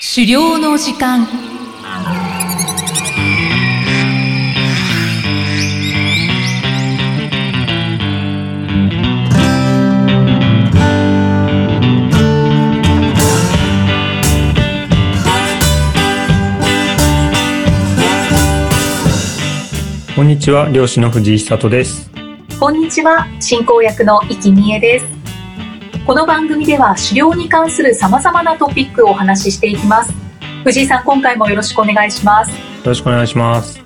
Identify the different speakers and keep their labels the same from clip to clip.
Speaker 1: 狩猟の時間
Speaker 2: こんにちは、漁師の藤井久人です。
Speaker 3: こんにちは、進行役の生きみえです。この番組では狩猟に関する様々なトピックをお話ししていきます。藤井さん、今回もよろしくお願いします。
Speaker 2: よろしくお願いします。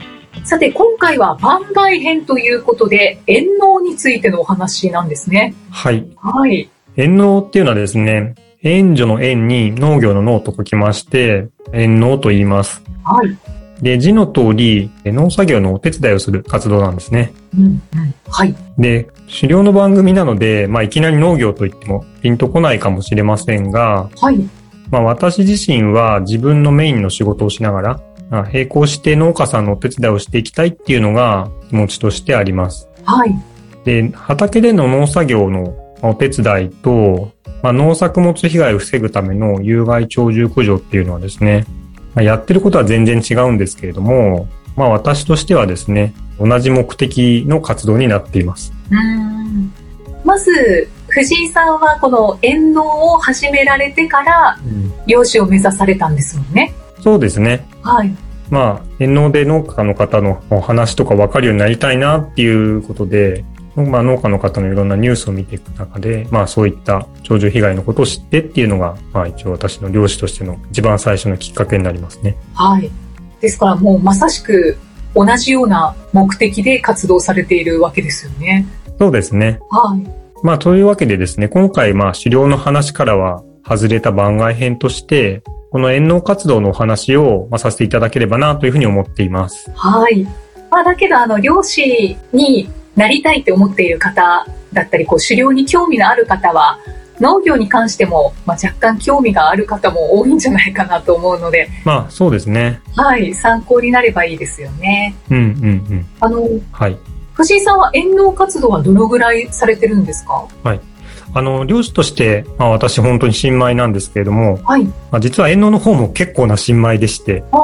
Speaker 3: さて、今回は番外編ということで、遠納についてのお話なんですね。
Speaker 2: はい。
Speaker 3: はい。
Speaker 2: 遠農っていうのはですね、援助の縁に農業の農と書きまして、遠農と言います。
Speaker 3: はい。
Speaker 2: で、字の通り、農作業のお手伝いをする活動なんですね。
Speaker 3: うん、うん。はい。
Speaker 2: で、狩猟の番組なので、まあ、いきなり農業と言ってもピンとこないかもしれませんが、
Speaker 3: はい。
Speaker 2: まあ、私自身は自分のメインの仕事をしながら、まあ並行して農家さんのお手伝いをしていきたいっていうのが気持ちとしてあります。
Speaker 3: はい。
Speaker 2: で、畑での農作業のまあお手伝いと、まあ、農作物被害を防ぐための有害鳥獣駆除っていうのはですね、まあ、やってることは全然違うんですけれども、まあ私としてはですね、同じ目的の活動になっています。
Speaker 3: うーん。まず、藤井さんはこの遠納を始められてから、漁師を目指されたんですもんね。
Speaker 2: そうですね。
Speaker 3: はい。
Speaker 2: まあ、遠農で農家の方のお話とか分かるようになりたいなっていうことで、まあ農家の方のいろんなニュースを見ていく中で、まあそういった鳥獣被害のことを知ってっていうのが、まあ一応私の漁師としての一番最初のきっかけになりますね。
Speaker 3: はい。ですからもうまさしく同じような目的で活動されているわけですよね。
Speaker 2: そうですね。
Speaker 3: はい。
Speaker 2: まあというわけでですね、今回まあ狩猟の話からは外れた番外編として、この遠農活動のお話を、まあ、させていただければなというふうに思っています。
Speaker 3: はい。まあだけどあの、漁師になりたいって思っている方だったり、こう狩猟に興味のある方は、農業に関しても、まあ、若干興味がある方も多いんじゃないかなと思うので、
Speaker 2: まあそうですね。
Speaker 3: はい、参考になればいいですよね。
Speaker 2: うんうんうん。
Speaker 3: あの、
Speaker 2: はい。
Speaker 3: 藤井さんは遠農活動はどのぐらいされてるんですか
Speaker 2: あの、漁師として、まあ私本当に新米なんですけれども、
Speaker 3: はい。
Speaker 2: まあ、実は遠農の方も結構な新米でして、
Speaker 3: あ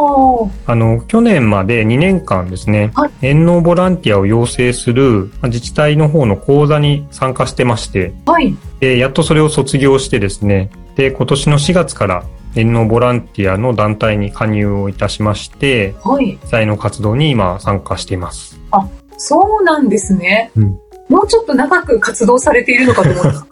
Speaker 3: あ、
Speaker 2: あの、去年まで2年間ですね、
Speaker 3: はい
Speaker 2: 遠農ボランティアを養成するまあ自治体の方の講座に参加してまして、
Speaker 3: はい。
Speaker 2: で、やっとそれを卒業してですね、で、今年の4月から遠農ボランティアの団体に加入をいたしまして、
Speaker 3: はい。
Speaker 2: 実際の活動に今参加しています。
Speaker 3: そうなんですね。
Speaker 2: うん
Speaker 3: もうちょっと長く活動されているのかと 思います。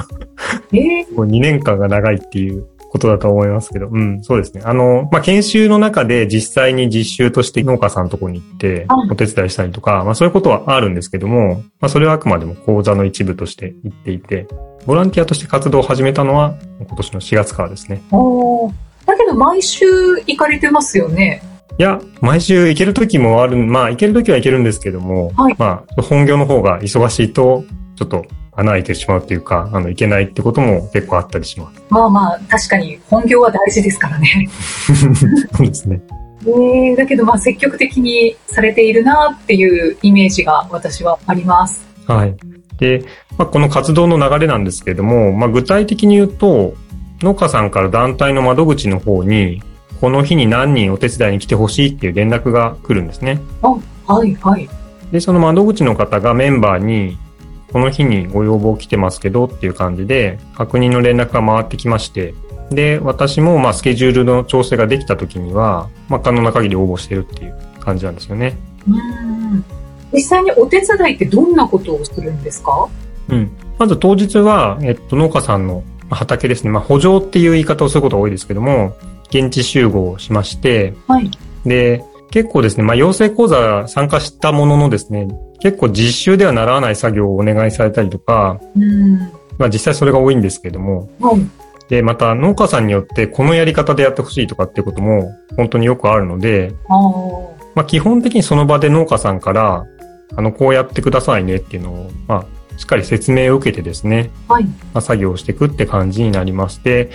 Speaker 3: えー、
Speaker 2: こう2年間が長いっていうことだと思いますけど、うん、そうですね。あの、まあ、研修の中で実際に実習として農家さんのところに行って
Speaker 3: はい
Speaker 2: お手伝いしたりとか、まあ、そういうことはあるんですけども、まあ、それはあくまでも講座の一部として行っていて、ボランティアとして活動を始めたのは今年の4月からですね。
Speaker 3: おーだけど毎週行かれてますよね。
Speaker 2: いや、毎週行ける時もある、まあ、行ける時は行けるんですけども、
Speaker 3: はい
Speaker 2: まあ、本業の方が忙しいと、ちょっと穴開いてしまうっていうか、あの、行けないってことも結構あったりします。
Speaker 3: まあまあ、確かに本業は大事ですからね。
Speaker 2: そうですね。
Speaker 3: えー、だけどまあ積極的にされているなっていうイメージが私はあります。
Speaker 2: はい。で、まあ、この活動の流れなんですけれども、まあ、具体的に言うと、農家さんから団体の窓口の方に、この日に何人お手伝いに来てほしいっていう連絡が来るんですね。
Speaker 3: はい、はい。
Speaker 2: で、その窓口の方がメンバーに、この日にご要望来てますけどっていう感じで、確認の連絡が回ってきまして、で、私もまあスケジュールの調整ができた時には、まあ、可能な限り応募してるっていう感じなんですよね。
Speaker 3: うーん。実際にお手伝いってどんなことをするんですか
Speaker 2: うん。まず当日は、えっと、農家さんのまあ畑ですね。まあ、補助っていう言い方をすることが多いですけども、現地集合をしまして、
Speaker 3: はい。
Speaker 2: で、結構ですね、まあ、養成講座参加したもののですね、結構実習では習わない作業をお願いされたりとか、
Speaker 3: うーん。
Speaker 2: まあ、実際それが多いんですけれども、
Speaker 3: はい。
Speaker 2: で、また農家さんによってこのやり方でやってほしいとかっていうことも本当によくあるので、
Speaker 3: あー
Speaker 2: まあ、基本的にその場で農家さんから、あの、こうやってくださいねっていうのを、まあ、しっかり説明を受けてですね、
Speaker 3: はい。
Speaker 2: まあ、作業をしていくって感じになりまして、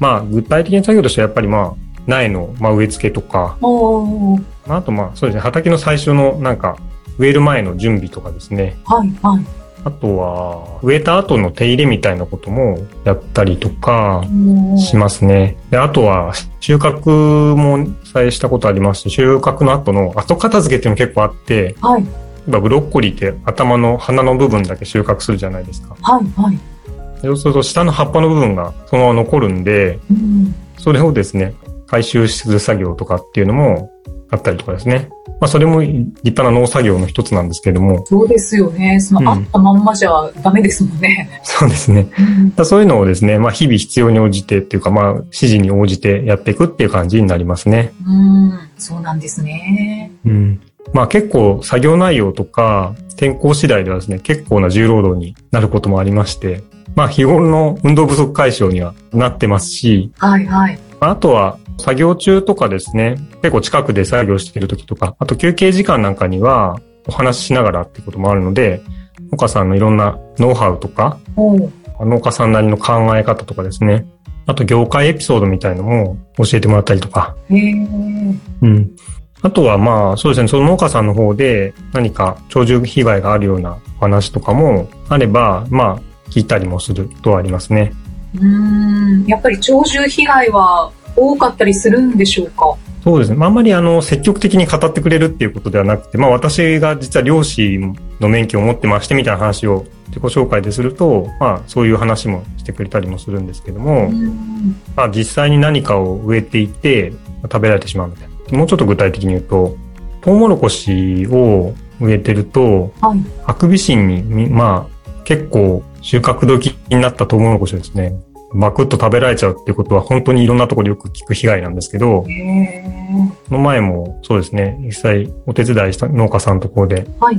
Speaker 2: まあ、具体的な作業としてはやっぱりまあ、苗の、まあ、植え付けとか、
Speaker 3: おー
Speaker 2: まあ、あとまあ、そうですね、畑の最初のなんか、植える前の準備とかですね、
Speaker 3: はい、はい。
Speaker 2: あとは、植えた後の手入れみたいなこともやったりとか、しますね。で、あとは、収穫もさえしたことありますし、収穫の後の後片付けっていうのも結構あって、
Speaker 3: はい、
Speaker 2: 例えばブロッコリーって頭の花の部分だけ収穫するじゃないですか。
Speaker 3: はい、はい。
Speaker 2: でそうすると下の葉っぱの部分がそのまま残るんで、
Speaker 3: うん
Speaker 2: それをですね、回収する作業とかっていうのもあったりとかですね。まあそれも立派な農作業の一つなんですけれども、
Speaker 3: そうですよね。その、あ
Speaker 2: うん
Speaker 3: ったまんまじゃダメですもんね。
Speaker 2: そうですね。
Speaker 3: うん
Speaker 2: だそういうのをですね、まあ日々必要に応じてっていうか、まあ指示に応じてやっていくっていう感じになりますね。
Speaker 3: うん、そうなんですね。
Speaker 2: うん。まあ結構作業内容とか天候次第ではですね、結構な重労働になることもありまして、まあ日頃の運動不足解消にはなってますし、
Speaker 3: はい、はい。
Speaker 2: まああとは作業中とかですね、結構近くで作業してる時とか、あと休憩時間なんかにはお話ししながらってこともあるので、農家さんのいろんなノウハウとか、
Speaker 3: おう
Speaker 2: 農家さんなりの考え方とかですね、あと業界エピソードみたいのも教えてもらったりとか、
Speaker 3: へえ。
Speaker 2: うん。あとはまあ、そうですね、その農家さんの方で何か鳥獣被害があるようなお話とかもあれば、まあ、聞いたりもすることはありますね。
Speaker 3: うん、やっぱり鳥獣被害は多かったりするんでしょうか。
Speaker 2: そうですね。まあ、あんまりあの、積極的に語ってくれるっていうことではなくて、まあ、私が実は漁師の免許を持ってましてみたいな話を自己紹介ですると、まあ、そういう話もしてくれたりもするんですけども、
Speaker 3: うん
Speaker 2: まあ、実際に何かを植えていて食べられてしまうみたいな。もうちょっと具体的に言うと、トウモロコシを植えてると、
Speaker 3: はい。
Speaker 2: ハクビシンにみ、まあ、結構収穫時になったトウモロコシをですね、バクッと食べられちゃうってことは本当にいろんなところでよく聞く被害なんですけど、
Speaker 3: へえ。
Speaker 2: その前もそうですね、実際お手伝いした農家さんのところで、
Speaker 3: はい。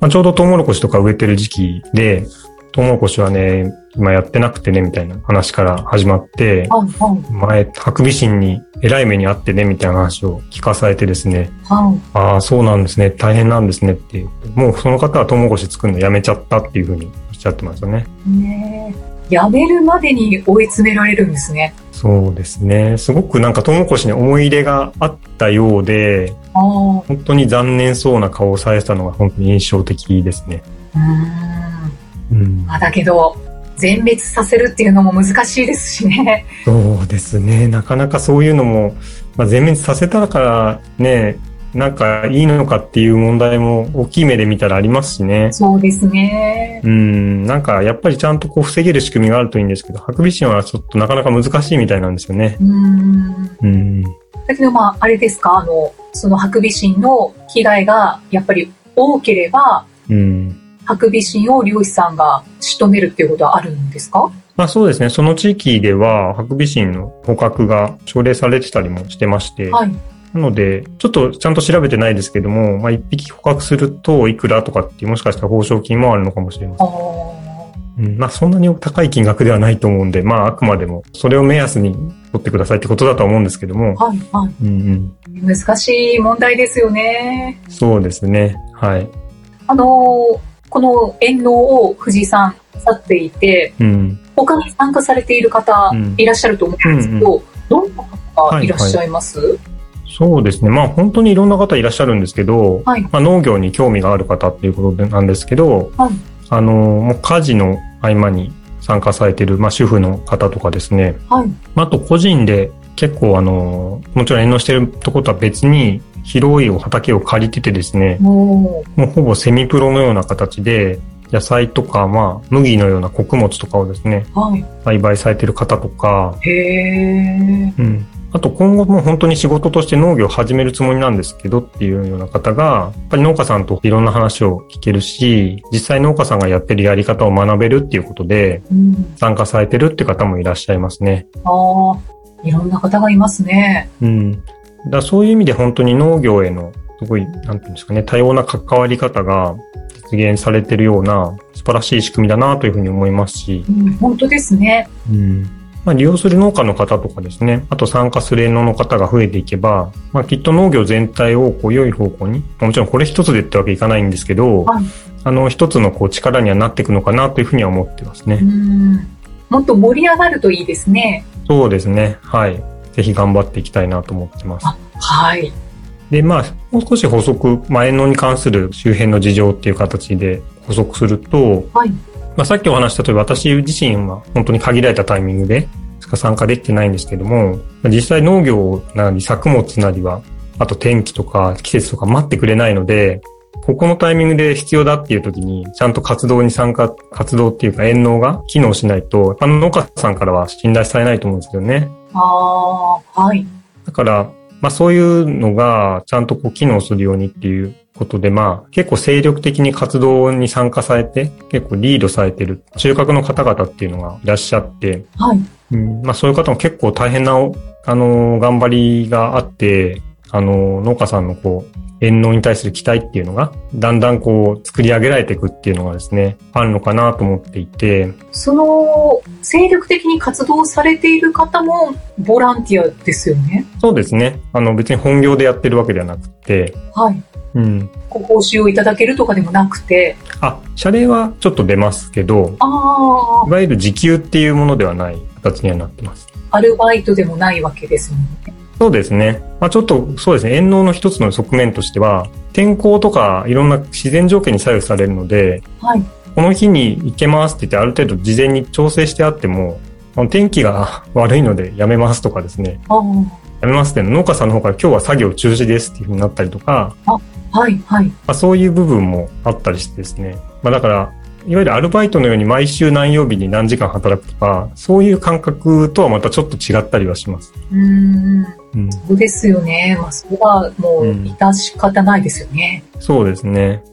Speaker 2: まあ、ちょうどトウモロコシとか植えてる時期で、トウモロコシはね、今やってなくてね、みたいな話から始まって、
Speaker 3: はい、はい、
Speaker 2: 前、ハクビシンに偉い目にあってね、みたいな話を聞かされてですね、
Speaker 3: はい。
Speaker 2: ああ、そうなんですね。大変なんですねっていう。もうその方はトウモロコシ作るのやめちゃったっていうふうにおっしゃってましたね。
Speaker 3: ねえやめるまでに追い詰められるんですね。
Speaker 2: そうですね。すごくなんかトウモロコシに思い入れがあったようで、
Speaker 3: ああ、う
Speaker 2: 本当に残念そうな顔をされてたのが本当に印象的ですね。
Speaker 3: ーん。
Speaker 2: うん
Speaker 3: ま。あだけど、全滅させるっていうのも難しいですしね。
Speaker 2: そうですね。なかなかそういうのも、まあ、全滅させたからね、なんかいいのかっていう問題も大きい目で見たらありますしね。
Speaker 3: そうですね。
Speaker 2: うん、なんかやっぱりちゃんとこう防げる仕組みがあるといいんですけど、ハクビシンはちょっとなかなか難しいみたいなんですよね。
Speaker 3: うーん。
Speaker 2: うん。
Speaker 3: だけどまあ、あれですか、あの、そのハクビシンの被害がやっぱり多ければ、
Speaker 2: うん。
Speaker 3: ハクビシンを漁師さんが仕留めるっていうことはあるんですか
Speaker 2: まあそうですね、その地域ではハクビシンの捕獲が奨励されてたりもしてまして、
Speaker 3: はい。
Speaker 2: なので、ちょっとちゃんと調べてないですけども、まあ一匹捕獲するといくらとかっていう、もしかしたら報奨金もあるのかもしれませ
Speaker 3: あ
Speaker 2: ん。
Speaker 3: あ。
Speaker 2: うん、まあそんなに高い金額ではないと思うんで、まああくまでもそれを目安に取ってくださいってことだとは思うんですけども、
Speaker 3: はい、はい。
Speaker 2: うんうん。
Speaker 3: 難しい問題ですよね。
Speaker 2: そうですね、はい。
Speaker 3: あのーこの遠納を藤井さん去っていて、
Speaker 2: うん。
Speaker 3: 他に参加されている方
Speaker 2: うん
Speaker 3: いらっしゃると思うんですけど、どんな方がいらっしゃいます、
Speaker 2: そうですね。まあ本当にいろんな方いらっしゃるんですけど、
Speaker 3: はい
Speaker 2: まあ、農業に興味がある方っていうことでなんですけど、
Speaker 3: はい
Speaker 2: あの、もう家事の合間に参加されてる、まあ主婦の方とかですね。
Speaker 3: はい。
Speaker 2: まああと個人で結構あの、もちろん遠慮してるとことは別に、広いお畑を借りててですね、
Speaker 3: も
Speaker 2: もうほぼセミプロのような形で、野菜とか、まあ、麦のような穀物とかをですね、
Speaker 3: う、はい。
Speaker 2: 栽培されてる方とか、
Speaker 3: へえ。
Speaker 2: うん。あと今後も本当に仕事として農業を始めるつもりなんですけどっていうような方が、やっぱり農家さんといろんな話を聞けるし、実際農家さんがやってるやり方を学べるっていうことで、
Speaker 3: うん。
Speaker 2: 参加されてるって方もいらっしゃいますね。
Speaker 3: ああ、いろんな方がいますね。
Speaker 2: うん。だそういう意味で本当に農業への、すごい、なんていうんですかね、多様な関わり方が実現されてるような素晴らしい仕組みだなというふうに思いますし、
Speaker 3: うん、本当ですね。
Speaker 2: まあ、利用する農家の方とかですね、あと参加する営農の方が増えていけば、まあ、きっと農業全体をこう良い方向に、もちろんこれ一つでってわけいかないんですけど、
Speaker 3: はい
Speaker 2: あの一つのこう力にはなっていくのかなというふうには思ってますね。
Speaker 3: うん。もっと盛り上がるといいですね。
Speaker 2: そうですね。はい。ぜひ頑張っていきたいなと思ってます。
Speaker 3: はい。
Speaker 2: で、まあ、もう少し補足、まあ、延農に関する周辺の事情っていう形で補足すると、
Speaker 3: はい。
Speaker 2: まあ、さっきお話したとおり私自身は本当に限られたタイミングでしか参加できてないんですけども、まあ実際農業なり作物なりは、あと天気とか季節とか待ってくれないので、ここのタイミングで必要だっていう時に、ちゃんと活動に参加、活動っていうか、遠農が機能しないと、あの農家さんからは信頼されないと思うんですよね。
Speaker 3: ああ、はい。
Speaker 2: だから、まあそういうのがちゃんとこう機能するようにっていうことで、まあ結構精力的に活動に参加されて、結構リードされてる中核の方々っていうのがいらっしゃって、
Speaker 3: はい。
Speaker 2: うんまあそういう方も結構大変な、あの、頑張りがあって、あの、農家さんのこう、遠農に対する期待っていうのが、だんだんこう、作り上げられていくっていうのがですね、あるのかなと思っていて、
Speaker 3: その、精力的に活動されている方も、ボランティアですよね。
Speaker 2: そうですね、あの別に本業でやってるわけではなくて、
Speaker 3: はい。
Speaker 2: うん、
Speaker 3: ご報酬をいただけるとかでもなくて。
Speaker 2: あ、謝礼はちょっと出ますけど、
Speaker 3: あ
Speaker 2: いわゆる時給っていうものではない形にはなってます。
Speaker 3: あ、アルバイトでもないわけですもんね。
Speaker 2: そうですね。まあちょっと、そうですね。遠農の一つの側面としては、天候とかいろんな自然条件に左右されるので、
Speaker 3: はい。
Speaker 2: この日に行けますって言ってある程度事前に調整してあっても、あの天気が 悪いのでやめますとかですね。
Speaker 3: ああ、
Speaker 2: やめますって農家さんの方から今日は作業中止ですっていうふうになったりとか、
Speaker 3: はい、はい。
Speaker 2: まあ、そういう部分もあったりしてですね。まあ、だから、いわゆるアルバイトのように毎週何曜日に何時間働くとか、そういう感覚とはまたちょっと違ったりはします。
Speaker 3: うーん、
Speaker 2: うん、
Speaker 3: そうですよね。まあ、そこはもう、
Speaker 2: うん
Speaker 3: 致し方ないですよね。
Speaker 2: そうですね。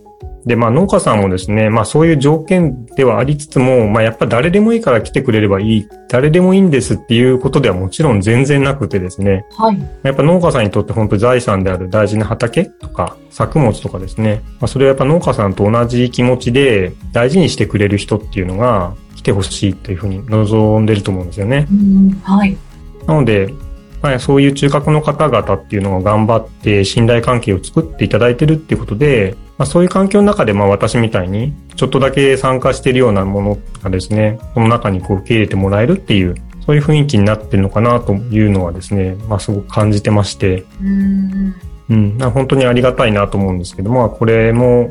Speaker 2: で、まあ農家さんもですね、まあそういう条件ではありつつも、まあやっぱ誰でもいいから来てくれればいい、誰でもいいんですっていうことではもちろん全然なくてですね、
Speaker 3: はい。
Speaker 2: やっぱ農家さんにとって本当に財産である大事な畑とか作物とかですね。まあ、それはやっぱ農家さんと同じ気持ちで大事にしてくれる人っていうのが来てほしいというふうに望んでると思うんですよね。
Speaker 3: うん、はい。
Speaker 2: なので、まあ、そういう中核の方々っていうのを頑張って信頼関係を作っていただいてるっていうことで、まあ、そういう環境の中でまあ私みたいにちょっとだけ参加してるようなものがですね、その中にこう受け入れてもらえるっていう、そういう雰囲気になってるのかなというのはですね、まあすごく感じてまして、
Speaker 3: うん、
Speaker 2: うん、な本当にありがたいなと思うんですけども、まあこれも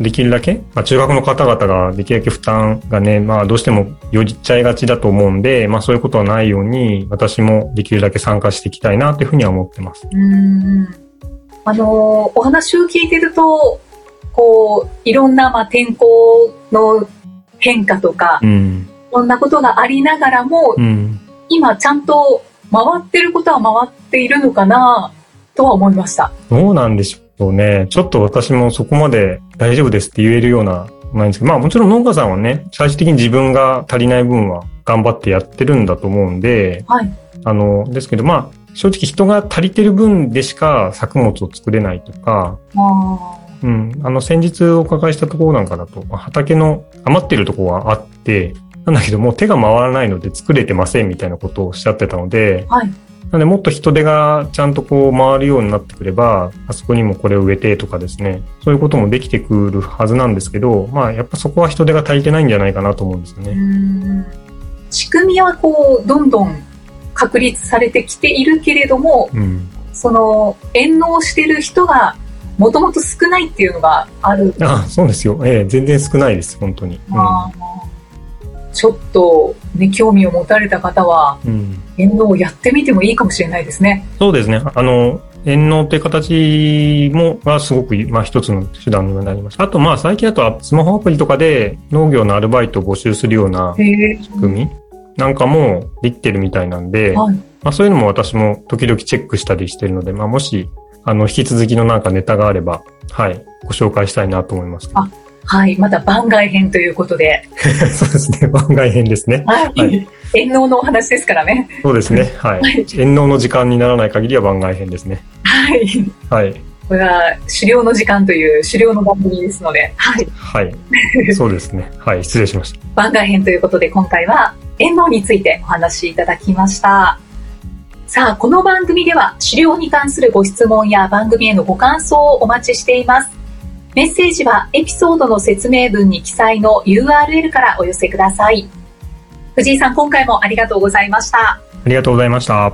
Speaker 2: できるだけ、まあ、中学の方々ができるだけ負担がね、まあどうしてもよりっちゃいがちだと思うんで、まあそういうことはないように、私もできるだけ参加していきたいなというふうには思ってます。
Speaker 3: うん。あのーお話を聞いてると、こう、いろんな、まあ、天候の変化とか、
Speaker 2: うん。
Speaker 3: いろんなことがありながらも、
Speaker 2: うん。
Speaker 3: 今ちゃんと回ってることは回っているのかな、とは思いました。
Speaker 2: どうなんでしょうね。ちょっと私もそこまで大丈夫ですって言えるような、ないんですけど、まあもちろん農家さんはね、最終的に自分が足りない分は頑張ってやってるんだと思うんで、
Speaker 3: はい。
Speaker 2: あの、ですけど、まあ、正直人が足りてる分でしか作物を作れないとか、
Speaker 3: あ
Speaker 2: うん、あの、先日お伺いしたところなんかだと、まあ畑の余ってるところはあって、なんだけど、もう手が回らないので作れてませんみたいなことをおっしゃってたので、
Speaker 3: あ、はい。
Speaker 2: なのでもっと人手がちゃんとこう回るようになってくれば、あそこにもこれを植えてとかですね、そういうこともできてくるはずなんですけど、まあやっぱそこは人手が足りてないんじゃないかなと思うんですよ
Speaker 3: う
Speaker 2: ね。
Speaker 3: ん仕組みはこう、どんどん確立されてきているけれども、
Speaker 2: うん。
Speaker 3: その、遠納してる人が、もともと少ないっていうのがある。
Speaker 2: あ、そうですよ。ええ、全然少ないです、本当に。
Speaker 3: まあちょっと、ね、興味を持たれた方は、
Speaker 2: うん。うん
Speaker 3: 遠納をやってみてもいいかもしれないですね。
Speaker 2: そうですね。あの、遠納という形も、がすごく、まあ一つの手段になります。あと、まあ最近だとスマホアプリとかで農業のアルバイトを募集するような
Speaker 3: へえ。
Speaker 2: 組なんかもできてるみたいなんで、
Speaker 3: はい。
Speaker 2: まあそういうのも私も時々チェックしたりしてるので、まあもし、あの、引き続きのなんかネタがあれば、はい、ご紹介したいなと思います。
Speaker 3: あはい。また番外編ということで。
Speaker 2: そうですね。番外編ですね。
Speaker 3: はい。
Speaker 2: はい
Speaker 3: 遠納のお話ですからね。
Speaker 2: そうですね。は。
Speaker 3: はい
Speaker 2: 遠納の時間にならない限りは番外編ですね。
Speaker 3: はい。
Speaker 2: はい。
Speaker 3: これは、狩猟の時間という狩猟の番組ですので。はい。
Speaker 2: はい。そうですね。はい。失礼しました。
Speaker 3: 番外編ということで今回は遠納についてお話しいただきましたさあこの番組では狩猟に関するご質問や番組へのご感想をお待ちしていますメッセージはエピソードの説明文に記載の URL からお寄せください藤井さん今回もありがとうございました
Speaker 2: ありがとうございました。